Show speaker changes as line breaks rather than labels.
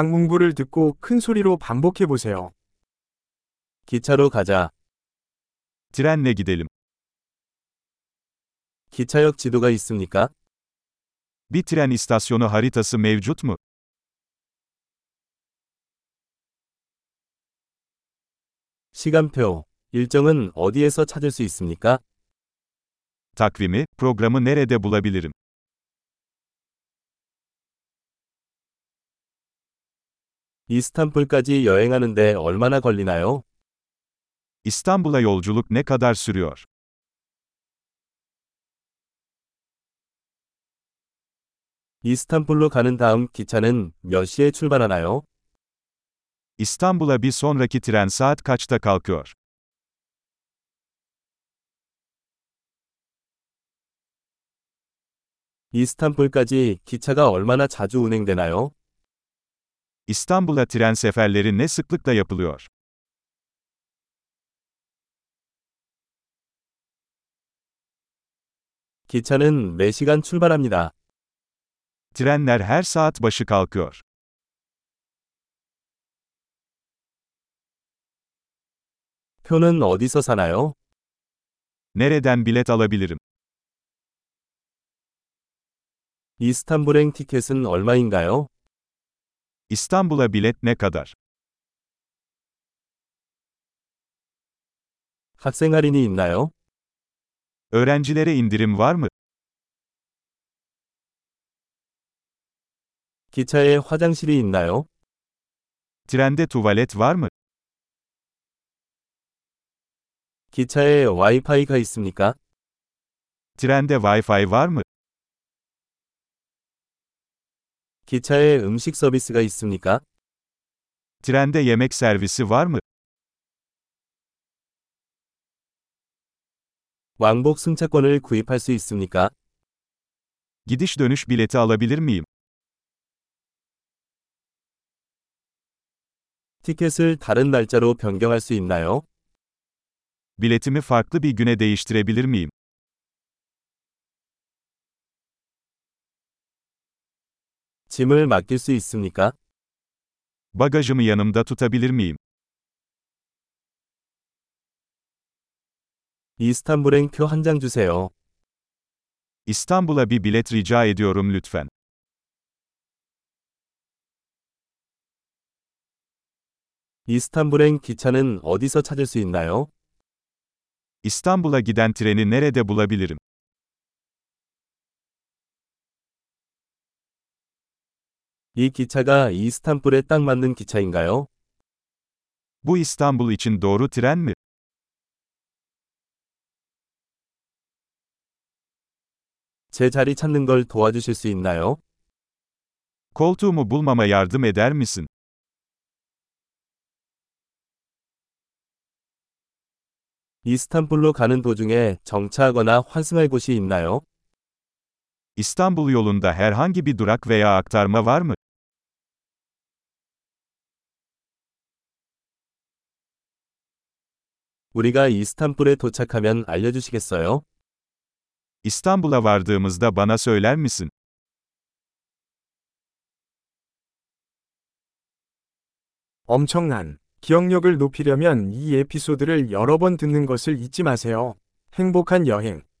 강문부를 듣고 큰 소리로 반복해 보세요.
Gitarı 가자.
Trenle gidelim.
기차역 지도가 있습니까?
Bir tren istasyonu haritası mevcut mu?
시간표, 일정은 어디에서 찾을 수 있습니까?
Takvimi, programı nerede bulabilirim?
이스탄불까지 여행하는데 얼마나 걸리나요?
İstanbul'a yolculuk ne kadar sürüyor?
이스탄불로 가는 다음 기차는 몇 시에 출발하나요?
İstanbul'a bir sonraki tren saat kaçta kalkıyor?
이스탄불까지 기차가 얼마나 자주 운행되나요?
İstanbul'a tren seferleri ne sıklıkla yapılıyor?
기차는 네 매시간 출발합니다.
Trenler her saat başı kalkıyor.
표는 어디서 사나요?
Nereden bilet alabilirim?
이스탄불행 티켓은 얼마인가요?
İstanbul'a bilet ne kadar?
학생 할인이 있나요?
Öğrencilere indirim var mı?
기차에 화장실이 있나요?
Trende tuvalet var mı?
기차에 와이파이가 있습니까?
Trende Wi-Fi var mı?
기차에 음식 서비스가 있습니까?
Trende yemek servisi var mı?
왕복 승차권을 구입할 수 있습니까?
Gidiş dönüş bileti alabilir miyim?
티켓을 다른 날짜로 변경할 수 있나요?
Biletimi farklı bir güne değiştirebilir miyim?
짐을 맡길 수 있습니까?
Bagajımı yanımda tutabilir miyim?
이스탄불행 표 한 장 주세요.
İstanbul'a bir bilet rica ediyorum lütfen.
이스탄불행 기차는 어디서 찾을 수 있나요?
İstanbul'a giden treni nerede bulabilirim?
이 기차가 이스탄불에 딱 맞는 기차인가요?
Bu İstanbul için doğru tren mi?
제 자리 찾는 걸 도와주실 수 있나요?
Koltuğumu bulmama yardım eder misin?
이스탄불로 가는 도중에 정차하거나 환승할 곳이 있나요?
İstanbul yolunda herhangi bir durak veya aktarma var mı?
우리가 이스탄불에 도착하면 알려주시겠어요?
İstanbul'a vardığımızda bana söyler 미슨?
엄청난 기억력을 높이려면 이 에피소드를 여러 번 듣는 것을 잊지 마세요. 행복한 여행.